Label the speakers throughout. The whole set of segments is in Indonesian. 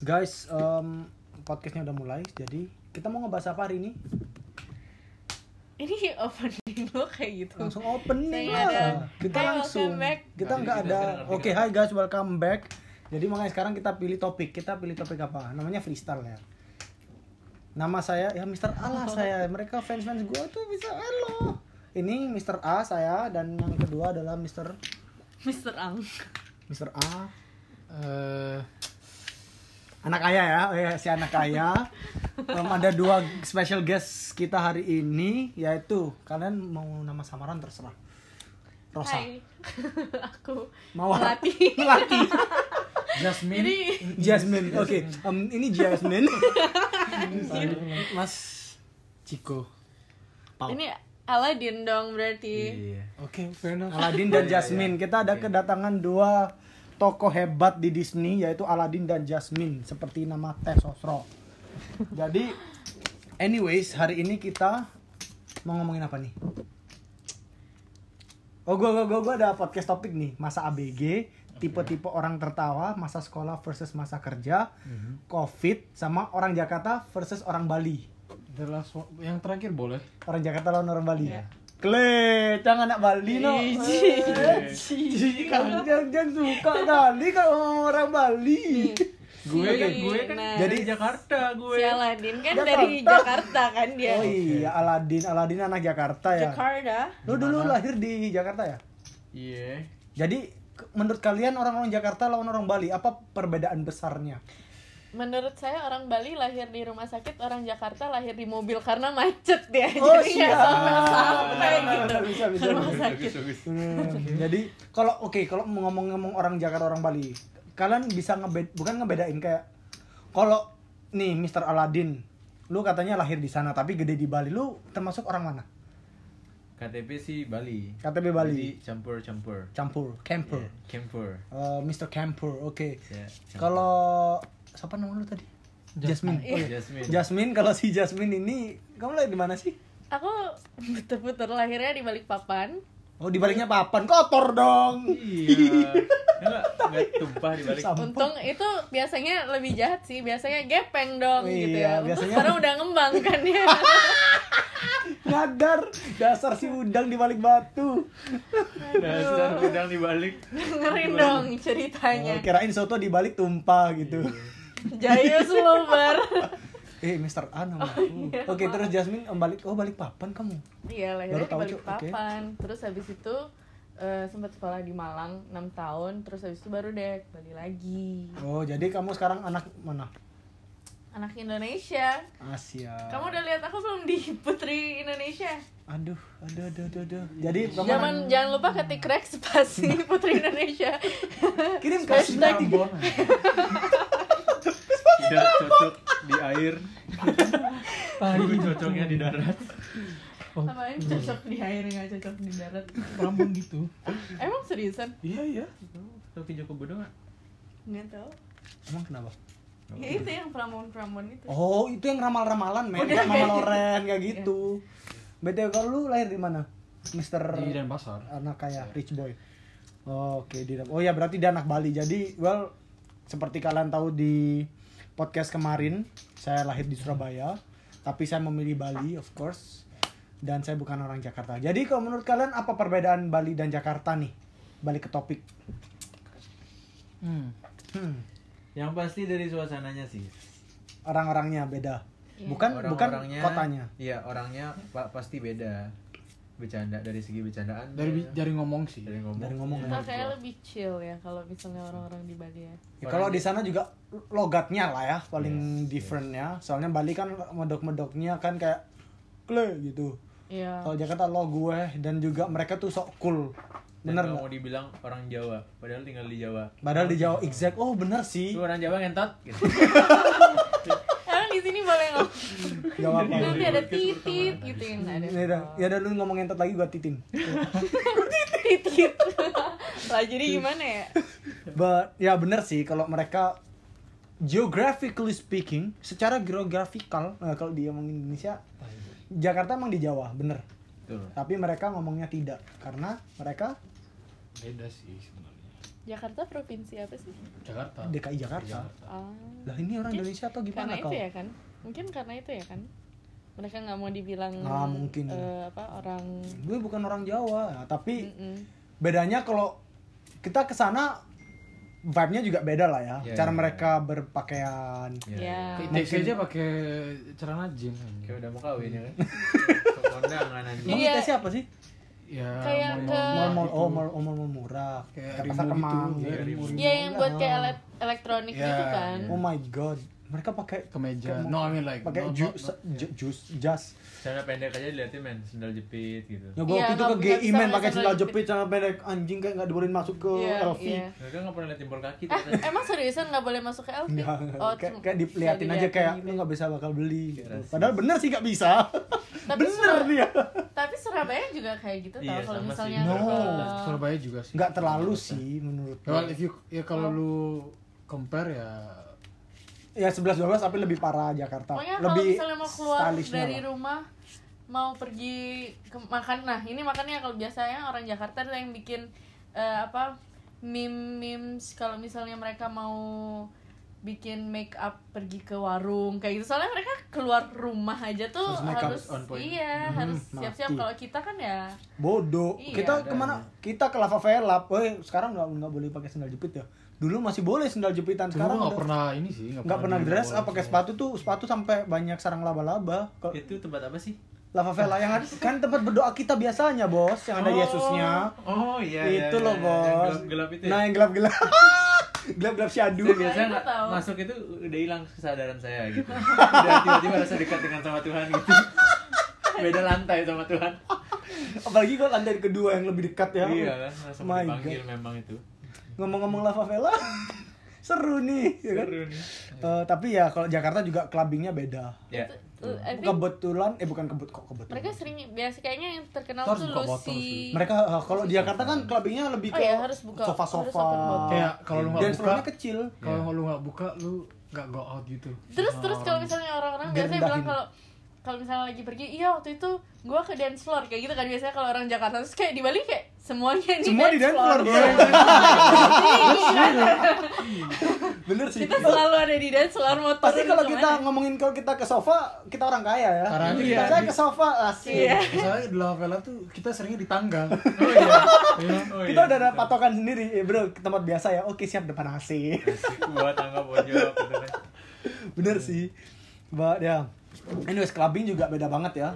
Speaker 1: guys, em, podcastnya udah mulai. Jadi kita mau ngebahas apa hari ini?
Speaker 2: Ini opening lo kayak gitu.
Speaker 1: Langsung opening
Speaker 2: Saya
Speaker 1: lah.
Speaker 2: ada.
Speaker 1: Kita
Speaker 2: Hai,
Speaker 1: langsung.
Speaker 2: welcome back.
Speaker 1: Kita nggak
Speaker 3: Ngerti,
Speaker 1: ada.
Speaker 3: ngerti, ngerti,
Speaker 1: Oke, hai guys, welcome back. Jadi makanya sekarang kita pilih topik. Kita pilih topik apa? Namanya freestyle ya. Nama saya ya Mr. A lah saya. Mereka fans-fans gua tuh bisa halo. Ini Mr. A saya dan yang kedua adalah Mr.
Speaker 2: Mr. Ang.
Speaker 1: Mr. A
Speaker 3: eh
Speaker 1: anak kaya ya oh ya, si anak kaya Em, ada dua special guest kita hari ini yaitu kalian mau nama samaran terserah Rosa
Speaker 2: Hai. Aku
Speaker 1: Mawar.
Speaker 2: Melati.
Speaker 1: Melati
Speaker 3: Jasmine.
Speaker 2: Jadi
Speaker 1: Jasmine oke em, ini Jasmine Mas Ciko Pau.
Speaker 2: ini Aladin dong berarti.
Speaker 3: Iya.
Speaker 1: Oke, fair enough. Iya, Aladdin dan Jasmine. Kita ada kedatangan dua tokoh hebat di Disney yaitu Aladdin dan Jasmine seperti nama Teh Sosro. Jadi anyways, hari ini kita mau ngomongin apa nih? Oh, gua gua gua, gua ada podcast topik nih, masa ABG, tipe-tipe orang tertawa, masa sekolah versus masa kerja, Mhm. Covid sama orang Jakarta versus orang Bali.
Speaker 3: The last one- yang terakhir boleh.
Speaker 1: Orang Jakarta lawan orang Bali.
Speaker 2: Iya.
Speaker 1: Kle, jangan anak Bali no.
Speaker 2: Iji.
Speaker 1: Eh, iji. Kang Jang Jang suka kali kalau orang Bali.
Speaker 3: Gue
Speaker 2: Si-
Speaker 3: kan gue kan
Speaker 2: nah,
Speaker 3: jadi Jakarta
Speaker 2: si
Speaker 3: gue.
Speaker 2: Aladin kan
Speaker 1: Jakarta.
Speaker 2: dari Jakarta kan dia.
Speaker 1: Iya. Oh iya, Aladin, Aladin anak Jakarta ya.
Speaker 2: Jakarta.
Speaker 1: Lu dulu lahir di Jakarta ya?
Speaker 3: Iya.
Speaker 1: Jadi ke- menurut kalian orang-orang Jakarta lawan orang Bali apa perbedaan besarnya?
Speaker 2: Menurut saya orang Bali lahir di rumah sakit, orang Jakarta lahir di mobil karena macet dia.
Speaker 1: Oh,
Speaker 2: Jadi nggak
Speaker 1: siap.
Speaker 2: sampai-sampai gitu.
Speaker 1: Bisa, bisa,
Speaker 2: Ke rumah
Speaker 1: bisa.
Speaker 2: sakit.
Speaker 1: Hmm, Jadi kalau oke kalau mau ngomong-ngomong orang Jakarta orang Bali, kalian bisa ngebed bukan ngebedain kayak kalau nih Mr. Aladin, lu katanya lahir di sana tapi gede di Bali, lu termasuk orang mana?
Speaker 4: KTP sih Bali.
Speaker 1: KTP Bali.
Speaker 4: Jadi campur-campur.
Speaker 1: Campur, camper.
Speaker 4: Yeah, Camper.
Speaker 1: Eh, Mr. Camper, oke.
Speaker 4: Yeah, Iya. campur.
Speaker 1: Kalau siapa nama lu tadi? Jasmine. Oh, iya.
Speaker 4: Jasmine.
Speaker 1: Jasmine, kalau si Jasmine ini kamu lahir di mana sih?
Speaker 2: Aku betul-betul lahirnya di Balikpapan.
Speaker 1: Oh, di baliknya papan kotor dong.
Speaker 4: Iya. Enggak enggak tumpah di balik.
Speaker 1: Susah. Ampun.
Speaker 2: Untung itu biasanya lebih jahat sih, biasanya gepeng dong
Speaker 1: Iya,
Speaker 2: gitu ya. Untung
Speaker 1: biasanya-
Speaker 2: sekarang udah ngembang kan ya.
Speaker 1: Ngadar dasar si udang di balik batu.
Speaker 4: Dasar udang di balik.
Speaker 2: Dengerin dong ceritanya.
Speaker 1: Oh, kirain soto di balik tumpah gitu.
Speaker 4: Iya.
Speaker 2: Jayus Lobar.
Speaker 1: Eh, Mr. A nama aku.
Speaker 2: iya,
Speaker 1: Oke, terus Jasmine em, balik oh balik papan kamu.
Speaker 2: Iya,
Speaker 1: Baru
Speaker 2: lahirnya di
Speaker 1: tahu, Cuk.
Speaker 2: Balikpapan. Terus habis itu eh, sempat sekolah di Malang 6 tahun, terus habis itu baru deh balik lagi.
Speaker 1: Oh, jadi kamu sekarang anak mana?
Speaker 2: Anak Indonesia.
Speaker 1: Asia.
Speaker 2: Kamu udah lihat aku belum di Putri Indonesia?
Speaker 1: Aduh, aduh, aduh, aduh, aduh. Jadi kamu
Speaker 2: Jangan
Speaker 1: anak-
Speaker 2: jangan lupa ketik Rex pasti Putri Indonesia. ya,
Speaker 1: kirim ke
Speaker 2: Hashtag.
Speaker 1: Ambon.
Speaker 4: Tidak cocok di air. Tapi cocoknya di darat.
Speaker 1: Oh.
Speaker 2: Apaan cocok di air nggak cocok di darat?
Speaker 3: Rambung gitu.
Speaker 2: Emang seriusan?
Speaker 3: Iya iya.
Speaker 4: Tapi Joko Bodo enggak?
Speaker 2: Nggak tahu.
Speaker 1: Emang kenapa?
Speaker 2: Ya itu yang pramon-pramon itu.
Speaker 1: Oh, itu yang ramal-ramalan, men. Kayak Mama Loren kayak gitu.
Speaker 2: Iya.
Speaker 1: BTW kalau lu lahir di mana? Mister
Speaker 3: Di Denpasar.
Speaker 1: anak kaya rich boy. Oke, di Oh ya berarti dia anak Bali. Jadi well seperti kalian tahu di podcast kemarin, saya lahir di Surabaya, tapi saya memilih Bali of course dan saya bukan orang Jakarta. Jadi kalau menurut kalian apa perbedaan Bali dan Jakarta nih? Balik ke topik.
Speaker 3: Hmm.
Speaker 1: Hmm,
Speaker 4: Yang pasti dari suasananya sih.
Speaker 1: orang-orangnya beda.
Speaker 2: Iya.
Speaker 1: Bukan Kan bukan
Speaker 4: Orang-orangnya-
Speaker 1: kotanya.
Speaker 4: Iya, orangnya pa- pasti beda. Bercanda dari segi bercandaan.
Speaker 3: Dari bi- dari ngomong sih.
Speaker 4: dari ngomong.
Speaker 1: Dari ngomong.
Speaker 2: Kita kayak lebih chill ya kalau misalnya orang-orang di Bali ya.
Speaker 1: Ya, kalau di sana juga logatnya lah ya paling different ya. Soalnya Bali kan medok-medoknya kan kayak kle gitu.
Speaker 2: Iya.
Speaker 1: Kalau Jakarta lo gue dan juga mereka tuh sok cool.
Speaker 4: Dan
Speaker 1: Bener
Speaker 4: nggak
Speaker 1: nggak?
Speaker 4: mau dibilang orang Jawa, padahal tinggal di Jawa.
Speaker 1: Padahal di Jawa exact, oh bener sih.
Speaker 4: Lu orang Jawa ngentot gitu.
Speaker 2: Emang di sini boleh ngomong.
Speaker 1: Gak apa-apa.
Speaker 2: Nanti ada titit gitu yang nggak ada.
Speaker 1: Ya udah, ya udah lu ngomong entot lagi gua titin.
Speaker 2: Titit. Lah jadi gimana ya?
Speaker 1: But ya bener sih kalau mereka geographically speaking, secara geografikal nah, kalau dia ngomongin Indonesia, Jakarta emang di Jawa, bener.
Speaker 4: Betul.
Speaker 1: Tapi mereka ngomongnya tidak karena mereka
Speaker 3: Beda sih sebenarnya.
Speaker 2: Jakarta provinsi apa sih?
Speaker 3: Jakarta.
Speaker 1: DKI Jakarta.
Speaker 2: Ah,
Speaker 1: Lah ini orang
Speaker 2: Mungkin
Speaker 1: Indonesia atau
Speaker 2: karena
Speaker 1: gimana
Speaker 2: itu
Speaker 1: kau?
Speaker 2: ya kan? Mungkin karena itu ya kan? Mereka nggak mau dibilang
Speaker 1: Ah, mungkin.
Speaker 2: eh, apa orang.
Speaker 1: Gue bukan orang Jawa, nah, tapi
Speaker 2: Mm-mm.
Speaker 1: bedanya kalau kita ke sana vibe-nya juga beda lah ya.
Speaker 4: Iya,
Speaker 1: Cara
Speaker 4: iya.
Speaker 1: mereka berpakaian.
Speaker 3: Iya.
Speaker 2: Ya.
Speaker 3: Ke ITC
Speaker 1: Mungkin-
Speaker 3: aja pakai celana jeans.
Speaker 4: Kayak udah mau kawin ya kan? Ke kondangan anjing.
Speaker 1: Emang
Speaker 2: Iya.
Speaker 1: ITC apa sih?
Speaker 3: Ya.
Speaker 2: Kayak ke-
Speaker 1: Mall mall
Speaker 3: gitu.
Speaker 1: oh mall oh, mall, mall murah. Kayak
Speaker 3: Kayak Rimo
Speaker 1: pasar
Speaker 3: gitu.
Speaker 1: Kemang.
Speaker 3: Iya,
Speaker 1: gitu.
Speaker 3: Rimo.
Speaker 2: Iya yang buat kayak
Speaker 1: ah.
Speaker 2: elek- elektronik
Speaker 3: Ya,
Speaker 2: gitu kan?
Speaker 1: Oh my god. Mereka pakai
Speaker 3: Kemeja.
Speaker 1: kayak-
Speaker 3: No, I mean like,
Speaker 1: pakai
Speaker 3: no,
Speaker 1: ju-
Speaker 3: not-
Speaker 1: se-
Speaker 3: not-
Speaker 1: ju- jus jas.
Speaker 4: Celana pendek aja diliatin men, sendal jepit gitu.
Speaker 1: Ya gua
Speaker 2: Iya,
Speaker 1: waktu itu
Speaker 2: nggak-
Speaker 1: ke
Speaker 2: nggak
Speaker 1: GI
Speaker 2: bisa
Speaker 1: men
Speaker 2: pakai
Speaker 1: pakai
Speaker 2: celana
Speaker 1: celana jepit celana pendek anjing kayak nggak dibolehin masuk ke
Speaker 2: Iya,
Speaker 1: LV.
Speaker 2: iya.
Speaker 4: Mereka nggak pernah liat timbal kaki
Speaker 2: Eh,
Speaker 4: ternyata.
Speaker 2: emang seriusan nggak boleh masuk ke LV?
Speaker 1: Nggak, nggak. Iya, kayak,
Speaker 2: Oh, cuma-
Speaker 1: kayak diliatin
Speaker 2: ya,
Speaker 1: aja
Speaker 2: diliatin
Speaker 1: kayak
Speaker 2: gitu.
Speaker 1: lu nggak bisa bakal beli gitu.
Speaker 3: Iya,
Speaker 4: Rasis.
Speaker 1: Padahal bener sih nggak bisa.
Speaker 2: Tapi
Speaker 1: bener
Speaker 2: suka-
Speaker 1: dia.
Speaker 2: Tapi Surabaya juga kayak gitu tau
Speaker 4: Iya,
Speaker 2: kalau
Speaker 4: sama sih.
Speaker 2: misalnya
Speaker 1: No.
Speaker 2: ke-
Speaker 3: Surabaya juga sih.
Speaker 1: Nggak terlalu
Speaker 4: Iya,
Speaker 1: sih menurut
Speaker 3: Ya, well,
Speaker 1: gua.
Speaker 3: if you ya kalau
Speaker 2: Oh.
Speaker 3: lu compare ya
Speaker 1: Ya 11 12 tapi lebih parah Jakarta.
Speaker 2: Pokoknya kalau
Speaker 1: lebih
Speaker 2: misalnya mau keluar
Speaker 1: stylishnya
Speaker 2: dari
Speaker 1: lah.
Speaker 2: rumah mau pergi ke makan nah ini makannya kalau biasanya orang Jakarta ada yang bikin eh, apa meme memes kalau misalnya mereka mau bikin make up pergi ke warung kayak gitu soalnya mereka keluar rumah aja tuh
Speaker 1: Harus make up,
Speaker 2: harus
Speaker 3: on point.
Speaker 2: iya harus
Speaker 1: Mm-hmm. mati.
Speaker 2: siap-siap kalau kita kan ya
Speaker 1: Bodoh.
Speaker 2: Iya,
Speaker 1: kita
Speaker 4: ada.
Speaker 1: kemana? Kita ke Lava Vela. Woi, sekarang nggak nggak boleh pakai sandal jepit ya. Dulu masih boleh sandal jepitan.
Speaker 3: dulu
Speaker 1: Sekarang
Speaker 3: gua nggak
Speaker 1: udah-
Speaker 3: pernah ini sih
Speaker 1: nggak pernah
Speaker 3: di-
Speaker 1: dress up
Speaker 3: boleh.
Speaker 1: pakai sepatu tuh sepatu sampai banyak sarang laba-laba. Kalau
Speaker 4: Itu tempat apa sih?
Speaker 1: Lava Vela yang ada- kan tempat berdoa kita biasanya, Bos, yang ada
Speaker 4: Oh.
Speaker 1: Yesusnya.
Speaker 4: Oh iya iya,
Speaker 1: itu
Speaker 4: iya,
Speaker 1: loh,
Speaker 4: iya. Yang
Speaker 1: Bos.
Speaker 4: Gelap, gelap itu. ya? Iya.
Speaker 1: Nah, yang gelap-gelap. gelap-gelap syadu.
Speaker 4: Saya biasanya
Speaker 2: Saya
Speaker 4: nggak-
Speaker 2: tahu.
Speaker 4: masuk itu udah hilang kesadaran saya gitu. Udah tiba-tiba rasa dekat dengan sama Tuhan gitu. Beda lantai sama Tuhan.
Speaker 1: Apalagi kalau lantai kedua yang lebih dekat ya.
Speaker 4: iya kan, langsung
Speaker 1: My
Speaker 4: dipanggil
Speaker 1: God.
Speaker 4: memang itu.
Speaker 1: Ngomong-ngomong Lava Vela. seru nih, ya kan?
Speaker 4: Seru nih.
Speaker 1: Eh, tapi ya kalau Jakarta juga clubbingnya beda.
Speaker 4: Ya.
Speaker 2: tuh, I think
Speaker 1: Kebetulan, eh bukan kebet kok kebetulan.
Speaker 2: mereka sering biasa kayaknya yang terkenal
Speaker 3: Harus
Speaker 2: tuh
Speaker 3: buka botol
Speaker 2: Lucy
Speaker 3: sih.
Speaker 1: Mereka eh, kalau di Jakarta kan clubbingnya lebih
Speaker 2: Oh
Speaker 1: ke
Speaker 2: iya, harus buka- harus
Speaker 1: sofa-sofa.
Speaker 2: open bottom.
Speaker 3: Kayak kalau lu nggak
Speaker 1: Dan
Speaker 3: Iya. buka-
Speaker 1: floornya kecil.
Speaker 3: kalau
Speaker 1: Iya.
Speaker 3: lu nggak buka lu nggak go out gitu
Speaker 2: terus
Speaker 3: Sama
Speaker 2: terus
Speaker 3: orang.
Speaker 2: kalau misalnya orang-orang
Speaker 1: Oh. Biar
Speaker 2: biasanya
Speaker 1: rendahin.
Speaker 2: bilang kalau kalau misalnya lagi pergi iya waktu itu gua ke dance floor kayak gitu kan biasanya kalau orang Jakarta terus kayak di Bali kayak semuanya di
Speaker 1: Semua di dance floor.
Speaker 2: Iya, kan?
Speaker 1: Bener sih.
Speaker 2: kita selalu ada di dance floor mau
Speaker 1: Pasti
Speaker 2: turun
Speaker 1: kalau
Speaker 2: kemana.
Speaker 1: kita ngomongin kalau kita ke sofa, kita orang kaya ya.
Speaker 3: Karena
Speaker 1: Kita
Speaker 3: iya.
Speaker 1: saya ke sofa asik.
Speaker 2: Iya.
Speaker 3: misalnya di La Vela tuh kita seringnya di tangga
Speaker 4: Oh iya. Oh,
Speaker 1: Kita
Speaker 4: iya.
Speaker 1: udah ada patokan sendiri, eh, bro. Ke tempat biasa ya. Oke, siap depan AC.
Speaker 4: Asik, Iya gua tangga pojok gitu kan.
Speaker 1: Bener
Speaker 2: Hmm.
Speaker 1: sih. Mbak ya. Anyways, clubbing juga beda banget ya.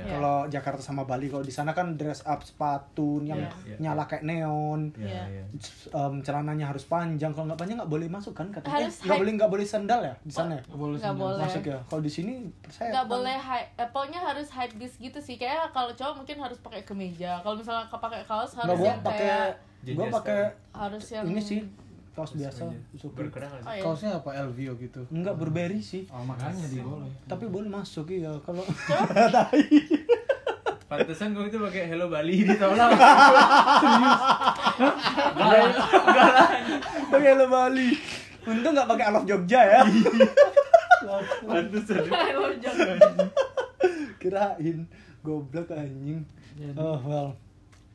Speaker 2: Ya.
Speaker 1: Kalau Jakarta sama Bali, kalau di sana kan dress up sepatu yang
Speaker 4: Iya.
Speaker 1: nyala kayak neon.
Speaker 4: Iya, iya.
Speaker 1: Em, celananya harus panjang kalau nggak panjang nggak boleh masuk kan katanya Eh,
Speaker 2: Harus
Speaker 1: nggak
Speaker 2: high-
Speaker 1: boleh nggak boleh sandal ya di sana ya?
Speaker 3: Nggak boleh
Speaker 2: Nggak
Speaker 3: sendal.
Speaker 2: boleh.
Speaker 1: masuk ya kalau di sini saya kan
Speaker 2: nggak boleh high, eh, pokoknya harus high bis gitu sih kayak kalau cowok mungkin harus pakai kemeja kalau misalnya pakai kaos harus
Speaker 1: nggak gua
Speaker 2: yang
Speaker 1: pakai
Speaker 2: kayak
Speaker 1: gua
Speaker 4: Jenis
Speaker 1: pakai
Speaker 2: harus yang
Speaker 1: ini sih kaos biasa super
Speaker 4: Berkerah nggak
Speaker 2: oh,
Speaker 4: sih?
Speaker 2: iya.
Speaker 3: kaosnya apa LVO gitu
Speaker 1: nggak berberry sih
Speaker 3: oh, makanya di boleh
Speaker 1: tapi boleh masuk iya kalau
Speaker 4: Pantesan gua itu pakai Hello Bali ditolak. Serius. Enggak lah. Enggak lah.
Speaker 1: pakai lo Bali untung nggak pakai alaf Jogja ya
Speaker 2: Iya.
Speaker 4: Pantesan.
Speaker 2: Ayo, jangan.
Speaker 1: kirain goblok anjing
Speaker 4: Iya.
Speaker 1: oh well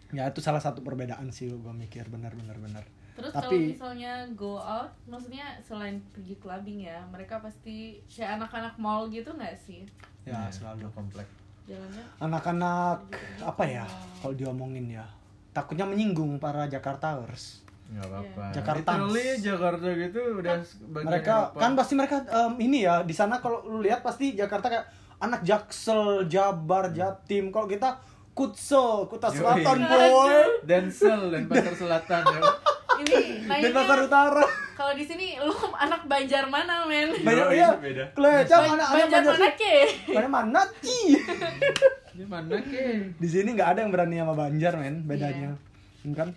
Speaker 1: ya itu salah satu perbedaan sih gua mikir benar benar benar
Speaker 2: Terus kalau
Speaker 1: tapi
Speaker 2: misalnya go out, maksudnya selain pergi clubbing ya, mereka pasti kayak anak-anak mall gitu nggak sih?
Speaker 1: ya
Speaker 4: Iya.
Speaker 1: selalu
Speaker 4: komplek.
Speaker 2: Jalannya
Speaker 1: anak-anak apa ya kalau diomongin ya takutnya menyinggung para Jakartaers
Speaker 4: Enggak apa-apa.
Speaker 1: Jakarta.
Speaker 4: Literally Jakarta gitu udah bagian
Speaker 1: mereka
Speaker 4: Eropa.
Speaker 1: Iya. kan pasti mereka em, ini ya di sana kalau lu lihat pasti Jakarta kayak anak Jaksel, Jabar, Jatim. Kalau kita Kutsel, Kuta
Speaker 4: Iya. Yoi. Iya.
Speaker 1: Selatan, boy.
Speaker 4: Densel dan Pasar Selatan ya.
Speaker 2: ini
Speaker 1: Dan
Speaker 2: naiknya
Speaker 1: Pasar Utara.
Speaker 2: kalau di sini lu anak Banjar mana men?
Speaker 1: Banyak
Speaker 4: Yoi,
Speaker 1: ya.
Speaker 4: beda.
Speaker 1: Kelecam
Speaker 2: Ban-
Speaker 1: anak-anak
Speaker 2: Banjar mana ke?
Speaker 1: Mana mana Ci.
Speaker 4: Ini mana ke?
Speaker 1: Di sini nggak ada yang berani sama Banjar, men. Bedanya.
Speaker 4: Iya.
Speaker 1: Ya kan?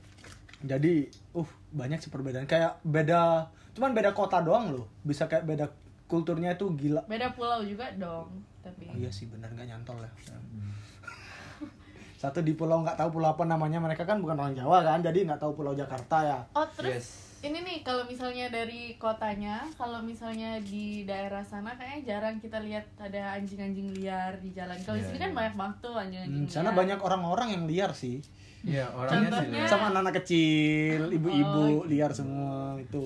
Speaker 1: Jadi, uh, banyak sih perbedaan. Kayak beda cuman beda kota doang loh. Bisa kayak beda kulturnya itu gila.
Speaker 2: Beda pulau juga dong, tapi
Speaker 1: Iya sih benar nggak nyantol ya.
Speaker 4: Hmm.
Speaker 1: Satu di pulau nggak tahu pulau apa namanya mereka kan bukan orang Jawa kan jadi nggak tahu pulau Jakarta ya.
Speaker 2: Oh terus
Speaker 4: Yes.
Speaker 2: ini nih kalau misalnya dari kotanya, kalau misalnya di daerah sana kayaknya jarang kita lihat ada anjing-anjing liar di jalan. Kalau di
Speaker 4: Iya,
Speaker 2: sini kan
Speaker 4: iya.
Speaker 2: banyak banget tuh anjing-anjing
Speaker 1: Hmm, sana
Speaker 2: liar.
Speaker 1: banyak orang-orang yang liar sih.
Speaker 4: Iya, gitu. orangnya sih.
Speaker 2: Contohnya-
Speaker 4: lah.
Speaker 1: sama anak-anak kecil,
Speaker 2: Oh,
Speaker 1: ibu-ibu liar semua itu.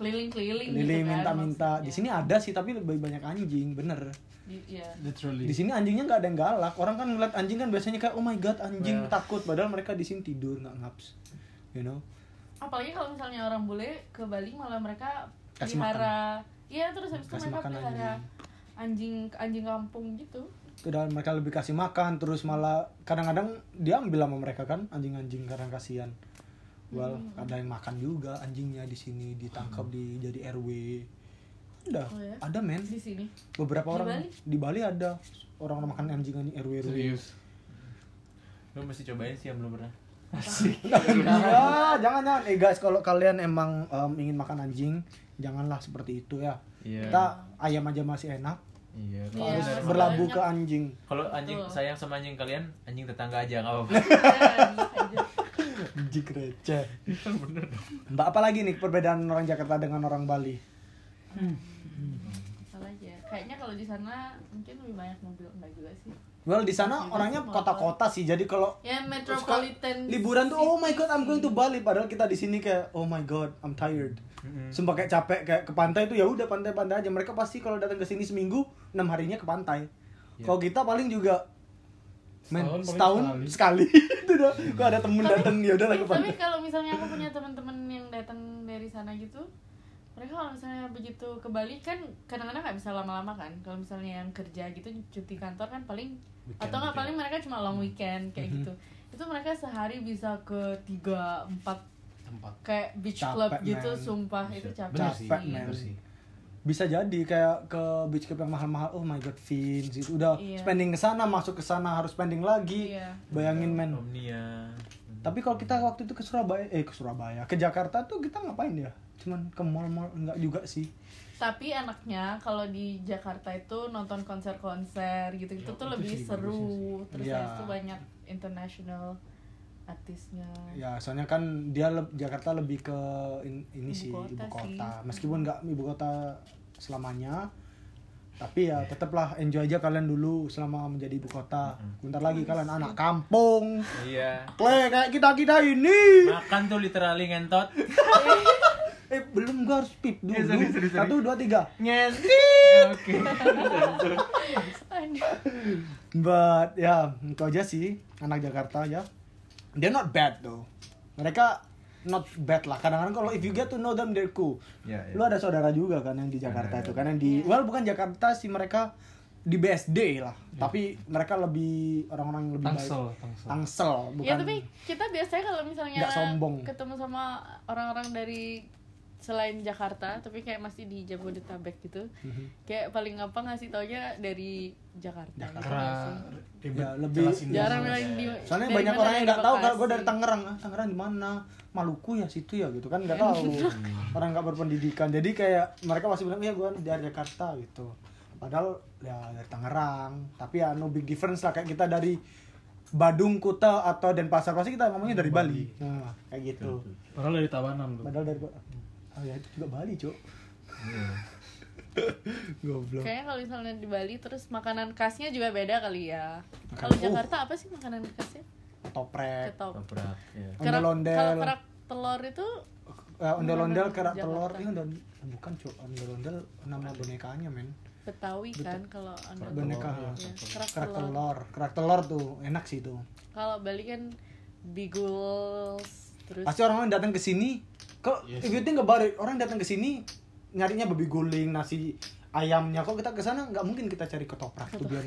Speaker 2: keliling-keliling gitu
Speaker 1: Lili
Speaker 2: kan,
Speaker 1: minta-minta. Di
Speaker 4: iya.
Speaker 1: sini
Speaker 2: maksudnya.
Speaker 1: ada sih tapi lebih banyak anjing, bener.
Speaker 2: Di- Iya.
Speaker 3: literally
Speaker 1: Di sini anjingnya nggak ada yang galak. Orang kan ngeliat anjing kan biasanya kayak oh my god anjing
Speaker 4: Nah.
Speaker 1: takut padahal mereka di sini tidur nggak ngaps. You know?
Speaker 2: Apalagi kalau misalnya orang bule ke Bali malah mereka
Speaker 1: Kasih
Speaker 2: pelihara iya terus habis itu
Speaker 1: Kasih
Speaker 2: mereka
Speaker 1: makan
Speaker 2: pelihara anjing anjing kampung gitu.
Speaker 1: Padahal mereka lebih kasih makan terus malah kadang-kadang diambil sama mereka kan anjing-anjing karena kasihan. Well,
Speaker 2: Hmm.
Speaker 1: ada yang makan juga anjingnya di sini ditangkap di jadi RW. Ada,
Speaker 2: Oh ya?
Speaker 1: ada men.
Speaker 2: Di sini.
Speaker 1: Beberapa
Speaker 2: Di
Speaker 1: orang
Speaker 2: Bali?
Speaker 1: di Bali ada orang makan anjing kan anjing RW RW.
Speaker 3: serius
Speaker 4: Lu mesti cobain sih yang belum pernah.
Speaker 1: Iya, jangan jangan. Eh guys, kalau kalian emang em, ingin makan anjing, janganlah seperti itu ya.
Speaker 4: Iya.
Speaker 1: Kita ayam aja masih enak,
Speaker 4: Iya.
Speaker 2: Iya,
Speaker 1: harus
Speaker 2: masih
Speaker 1: berlabuh
Speaker 2: banyak.
Speaker 1: ke anjing.
Speaker 4: Kalau anjing
Speaker 2: Betul.
Speaker 4: sayang sama anjing kalian, anjing tetangga aja nggak apa-apa.
Speaker 2: Iya, aja.
Speaker 1: Jik receh.
Speaker 2: Iya,
Speaker 1: Mbak, apa lagi nih perbedaan orang Jakarta dengan orang Bali?
Speaker 2: Salah aja. Kayaknya kalau di sana mungkin lebih banyak mobil enggak juga sih.
Speaker 1: Well, di sana orangnya
Speaker 2: motor.
Speaker 1: kota-kota sih. Jadi kalau
Speaker 2: Ya
Speaker 1: suka
Speaker 2: Iya, metropolitan.
Speaker 1: liburan tuh
Speaker 2: city
Speaker 1: oh my god I'm going to
Speaker 2: sih.
Speaker 1: Bali padahal kita di sini kayak oh my god I'm tired. Sumpah kayak capek kayak ke pantai tuh ya udah pantai-pantai aja. Mereka pasti kalau datang ke sini seminggu enam harinya ke pantai.
Speaker 4: Iya.
Speaker 1: Kalau kita paling juga men
Speaker 3: Setahun paling
Speaker 1: setahun sekali, itu dah. Kalau ada temen
Speaker 2: Tapi-
Speaker 1: datang ya udah lah
Speaker 2: eh,
Speaker 1: ke
Speaker 2: tapi
Speaker 1: pantai.
Speaker 2: kalau misalnya aku punya teman-teman yang datang dari sana gitu mereka kalau misalnya begitu ke Bali kan kadang-kadang nggak bisa lama-lama kan kalau misalnya yang kerja gitu cuti kantor kan paling atau nggak
Speaker 4: Weekend,
Speaker 3: gitu ya.
Speaker 4: weekend.
Speaker 2: paling mereka cuma
Speaker 3: Hmm.
Speaker 2: long weekend kayak
Speaker 1: Mhm.
Speaker 2: gitu itu mereka sehari bisa ke tiga empat
Speaker 3: tempat
Speaker 2: kayak beach
Speaker 1: Capek,
Speaker 2: club gitu
Speaker 1: man.
Speaker 2: sumpah itu
Speaker 4: Bisa.
Speaker 2: capek
Speaker 4: Bener
Speaker 2: sih.
Speaker 1: Capek, man. Bisa jadi kayak ke beach club yang mahal-mahal. Oh my god, Vince. Itu udah
Speaker 2: Iya.
Speaker 1: spending ke sana, masuk ke sana harus spending lagi.
Speaker 2: Iya.
Speaker 1: Bayangin men.
Speaker 4: Omnia.
Speaker 1: Tapi kalau kita waktu itu ke Surabaya, eh ke Surabaya, ke Jakarta tuh kita ngapain ya? Cuman ke mall-mall enggak juga sih.
Speaker 2: tapi enaknya kalau di Jakarta itu nonton konser-konser gitu-gitu tuh
Speaker 3: Iya, itu
Speaker 2: lebih
Speaker 3: sih
Speaker 2: seru terus
Speaker 1: Iya.
Speaker 2: habis itu banyak international artisnya
Speaker 1: Ya, soalnya kan dia leb- Jakarta lebih ke in- ini
Speaker 2: Ibu
Speaker 1: sih
Speaker 2: kota
Speaker 1: ibu kota.
Speaker 2: sih. Hmm.
Speaker 1: Meskipun nggak ibu kota selamanya, tapi ya tetaplah enjoy aja kalian dulu selama menjadi ibu kota. Bentar lagi kalian anak kampung.
Speaker 4: Iya.
Speaker 1: Kle kayak kita-kita ini.
Speaker 4: Makan tuh literally ngentot.
Speaker 1: Eh, belum gua harus pip dulu.
Speaker 4: Eh, sorry, sorry, sorry.
Speaker 1: Satu, dua, tiga.
Speaker 4: Ngentit. Oke.
Speaker 2: Aduh.
Speaker 1: But ya itu aja sih anak Jakarta ya. They're not bad though. Mereka not bad lah. Kadang-kadang kalau if you get to know them they're cool.
Speaker 4: Ya, ya.
Speaker 1: Lu ada saudara juga kan yang di Jakarta
Speaker 4: Ada,
Speaker 1: itu
Speaker 4: ada.
Speaker 1: kan yang di well bukan Jakarta sih mereka di BSD lah. Tapi mereka lebih orang-orang yang lebih
Speaker 3: tangsel
Speaker 1: baik.
Speaker 3: tangsel
Speaker 1: Tangsel bukan.
Speaker 2: ya tapi kita biasanya kalau misalnya
Speaker 1: Nggak sombong.
Speaker 2: ketemu sama orang-orang dari selain Jakarta tapi kayak masih di Jabodetabek gitu
Speaker 1: Mhm.
Speaker 2: kayak paling gampang ngasih taunya dari Jakarta,
Speaker 1: Jakarta.
Speaker 2: gitu nggak sih?
Speaker 3: karena ribet
Speaker 1: Ya, lebih-
Speaker 3: jelasin dulu.
Speaker 2: jarang yang di
Speaker 1: Soalnya
Speaker 2: dari
Speaker 1: banyak
Speaker 2: mana
Speaker 1: orang yang
Speaker 2: dari
Speaker 1: nggak tahu kalau gue
Speaker 2: Bekasi.
Speaker 1: dari Tangerang, ah Tangerang di mana? Maluku ya situ ya gitu kan nggak tahu. orang nggak berpendidikan. Jadi kayak mereka masih bilang ya gue dari Jakarta gitu. Padahal ya dari Tangerang, tapi ya no big difference lah kayak kita dari Badung, Kuta atau Denpasar pasti kita ngomongnya dari Bali. Nah, kayak gitu.
Speaker 3: padahal dari Tabanan lu
Speaker 1: Padahal dari Oh ya itu juga Bali, Cuk. Iya. Goblok.
Speaker 2: Kayaknya kalau misalnya di Bali terus makanan khasnya juga beda kali ya.
Speaker 1: Makanan-
Speaker 2: Kalau
Speaker 1: Oh. Eh,
Speaker 2: Jakarta apa sih makanan khasnya?
Speaker 1: Toprek,
Speaker 2: Ketop.
Speaker 4: Toprak. Ya.
Speaker 2: Kerak-
Speaker 1: ondel-ondel.
Speaker 2: Kalau kerak telur itu
Speaker 1: eh, ondel-ondel, kerak
Speaker 2: Jakarta.
Speaker 1: telur, ini ondel bukan, Cuk. Ondel-ondel nama bonekanya, men.
Speaker 2: Betawi kan kalau ondel
Speaker 1: boneka
Speaker 2: telur.
Speaker 1: ya.
Speaker 2: Iya, kerak
Speaker 1: kerak
Speaker 2: telur.
Speaker 1: telur kerak telur tuh enak sih itu
Speaker 2: Kalau Bali kan biguls terus
Speaker 1: pasti orang orang datang ke sini kok
Speaker 2: Iya
Speaker 1: if you think about it, orang datang ke sini nyarinya babi guling nasi ayamnya kok kita ke sana nggak mungkin kita cari ketoprak tuh biar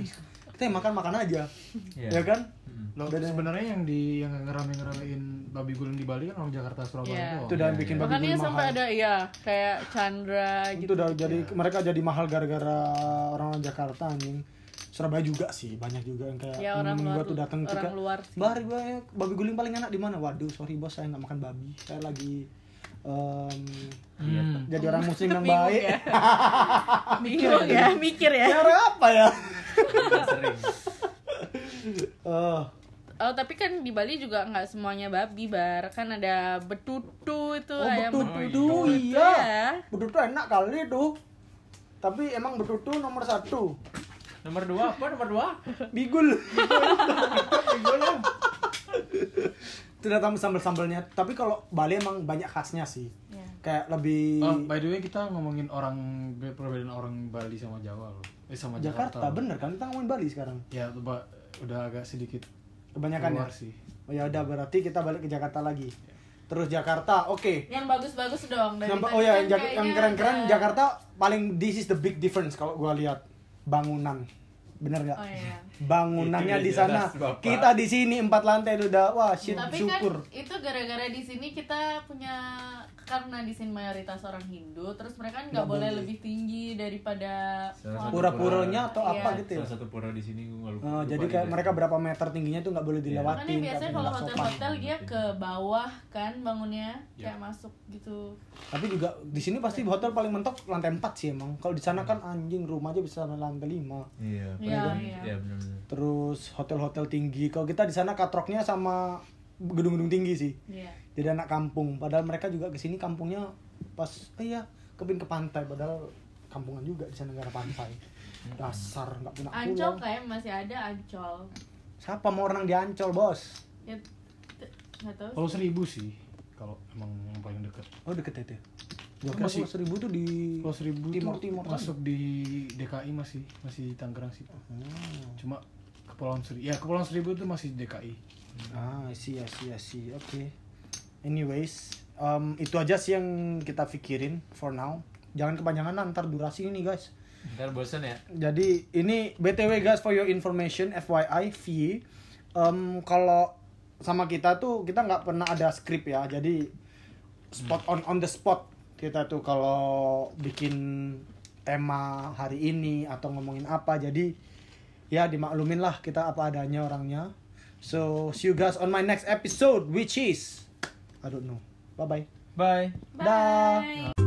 Speaker 1: kita yang makan makan aja
Speaker 4: Iya.
Speaker 1: ya kan
Speaker 3: Loh,
Speaker 1: Udah deh.
Speaker 3: sebenarnya yang di yang ngerame ngeramein babi guling di Bali kan orang Jakarta Surabaya
Speaker 2: Iya.
Speaker 3: doang.
Speaker 1: Itu udah bikin babi
Speaker 2: makanya
Speaker 1: guling
Speaker 2: sampai
Speaker 1: mahal.
Speaker 2: ada ya kayak Chandra
Speaker 1: itu
Speaker 2: gitu.
Speaker 1: udah jadi mereka jadi mahal gara-gara orang orang Jakarta anjing Surabaya juga sih banyak juga yang kayak
Speaker 2: Ya, orang
Speaker 1: temen
Speaker 2: luar-
Speaker 1: gua tuh datang
Speaker 2: orang
Speaker 1: kayak,
Speaker 2: luar sih.
Speaker 1: "Bar, gua ya, babi guling paling enak di mana waduh sorry bos saya nggak makan babi saya lagi em,
Speaker 3: Hmm.
Speaker 1: jadi orang muslim yang
Speaker 2: Bingung
Speaker 1: baik
Speaker 2: ya. Bingung ya, mikir ya.
Speaker 1: Cara apa ya?
Speaker 4: Udah sering.
Speaker 1: Eh,
Speaker 2: Oh, tapi kan di Bali juga nggak semuanya babi bar. Kan ada betutu itu
Speaker 1: oh
Speaker 2: ayam
Speaker 1: betutu
Speaker 2: betutu
Speaker 1: iya.
Speaker 2: ya.
Speaker 1: Betutu enak kali tuh. Tapi emang betutu nomor satu.
Speaker 4: Nomor dua apa nomor dua?
Speaker 1: Bigul.
Speaker 2: ya.
Speaker 4: Bigul lah.
Speaker 1: itu datang sambal-sambalnya tapi kalau Bali emang banyak khasnya sih
Speaker 2: Iya.
Speaker 1: kayak lebih
Speaker 3: Oh, by the way kita ngomongin orang perbedaan orang Bali sama Jawa loh. Eh sama
Speaker 1: Jakarta,
Speaker 3: Jakarta.
Speaker 1: bener kan kita ngomongin Bali sekarang
Speaker 3: Ya, coba udah agak sedikit
Speaker 1: kebanyakan ya
Speaker 3: keluar sih.
Speaker 1: oh, ya udah berarti kita balik ke Jakarta lagi
Speaker 4: Ya.
Speaker 1: terus Jakarta oke
Speaker 2: Yang bagus-bagus dong. dari
Speaker 1: Nampak- oh
Speaker 2: tadi
Speaker 1: ya
Speaker 2: kan
Speaker 1: yang, Jak- yang
Speaker 2: kayaknya
Speaker 1: keren-keren
Speaker 2: ada-
Speaker 1: Jakarta paling this is the big difference kalau gua lihat bangunan bener nggak
Speaker 2: Oh iya.
Speaker 1: bangunannya
Speaker 4: Itu
Speaker 1: di
Speaker 4: udah
Speaker 1: sana
Speaker 4: jelas, Bapak.
Speaker 1: kita di sini empat lantai udah wah shit
Speaker 2: Tapi
Speaker 1: syukur
Speaker 2: kan itu gara-gara di sini kita punya karena di sini mayoritas orang Hindu, terus mereka kan nggak
Speaker 1: Nggak
Speaker 2: boleh
Speaker 1: boleh.
Speaker 2: lebih tinggi daripada orang-
Speaker 4: Salah satu
Speaker 1: pura-puranya atau
Speaker 2: Iya.
Speaker 1: apa gitu ya
Speaker 4: Salah satu ya. pura di sini gue nggak lupa. gitu
Speaker 1: Eh,
Speaker 4: lupa
Speaker 1: jadi kayak
Speaker 4: juga.
Speaker 1: mereka berapa meter tingginya tuh nggak
Speaker 4: Iya.
Speaker 1: boleh dilewatin
Speaker 2: Makanya biasanya
Speaker 1: nggak
Speaker 2: kalau
Speaker 1: boleh sopan.
Speaker 2: hotel-hotel dia ke bawah kan bangunnya kayak masuk gitu.
Speaker 1: tapi juga di sini pasti hotel paling mentok lantai 4 sih emang kalau di sana kan anjing rumah aja bisa lantai 5
Speaker 4: Iya.
Speaker 2: Iya,
Speaker 4: bener.
Speaker 2: iya.
Speaker 4: Iya benar-benar.
Speaker 1: terus hotel-hotel tinggi kalau kita di sana katroknya sama gedung-gedung tinggi sih
Speaker 2: Iya.
Speaker 1: jadi anak kampung padahal mereka juga kesini kampungnya pas eh ya kepin ke pantai padahal kampungan juga di sana negara pantai
Speaker 3: Hmm.
Speaker 1: dasar nggak punya
Speaker 2: Ancol
Speaker 1: pulau.
Speaker 2: kayak masih ada Ancol.
Speaker 1: siapa mau renang di ancol bos
Speaker 2: Ya, t- nggak tahu.
Speaker 3: Kalau seribu sih kalau emang yang paling dekat.
Speaker 1: oh deket itu gua
Speaker 3: Itu
Speaker 1: kira
Speaker 3: masih-
Speaker 1: Pulau seribu tuh di
Speaker 3: Kalau seribu
Speaker 1: timur
Speaker 3: tuh
Speaker 1: timur
Speaker 3: masuk di DKI masih masih Tangerang sih.
Speaker 1: Hmm.
Speaker 3: Cuma Kepulauan Seribu. Ya, Kepulauan Seribu itu masih DKI.
Speaker 1: Ah, I see, I see, I see. Oke. Anyways, um, itu aja sih yang kita pikirin for now. Jangan kepanjangan lah, ntar durasi ini guys.
Speaker 4: Ntar bosan ya.
Speaker 1: Jadi ini BTW guys for your information FYI V. Um, kalau sama kita tuh kita nggak pernah ada skrip ya. Jadi spot on on the spot kita tuh kalau bikin tema hari ini atau ngomongin apa. Jadi ya dimaklumin lah kita apa adanya orangnya. So see you guys on my next episode which is I don't know. Bye bye.
Speaker 4: Bye.
Speaker 1: Dah.
Speaker 2: Bye.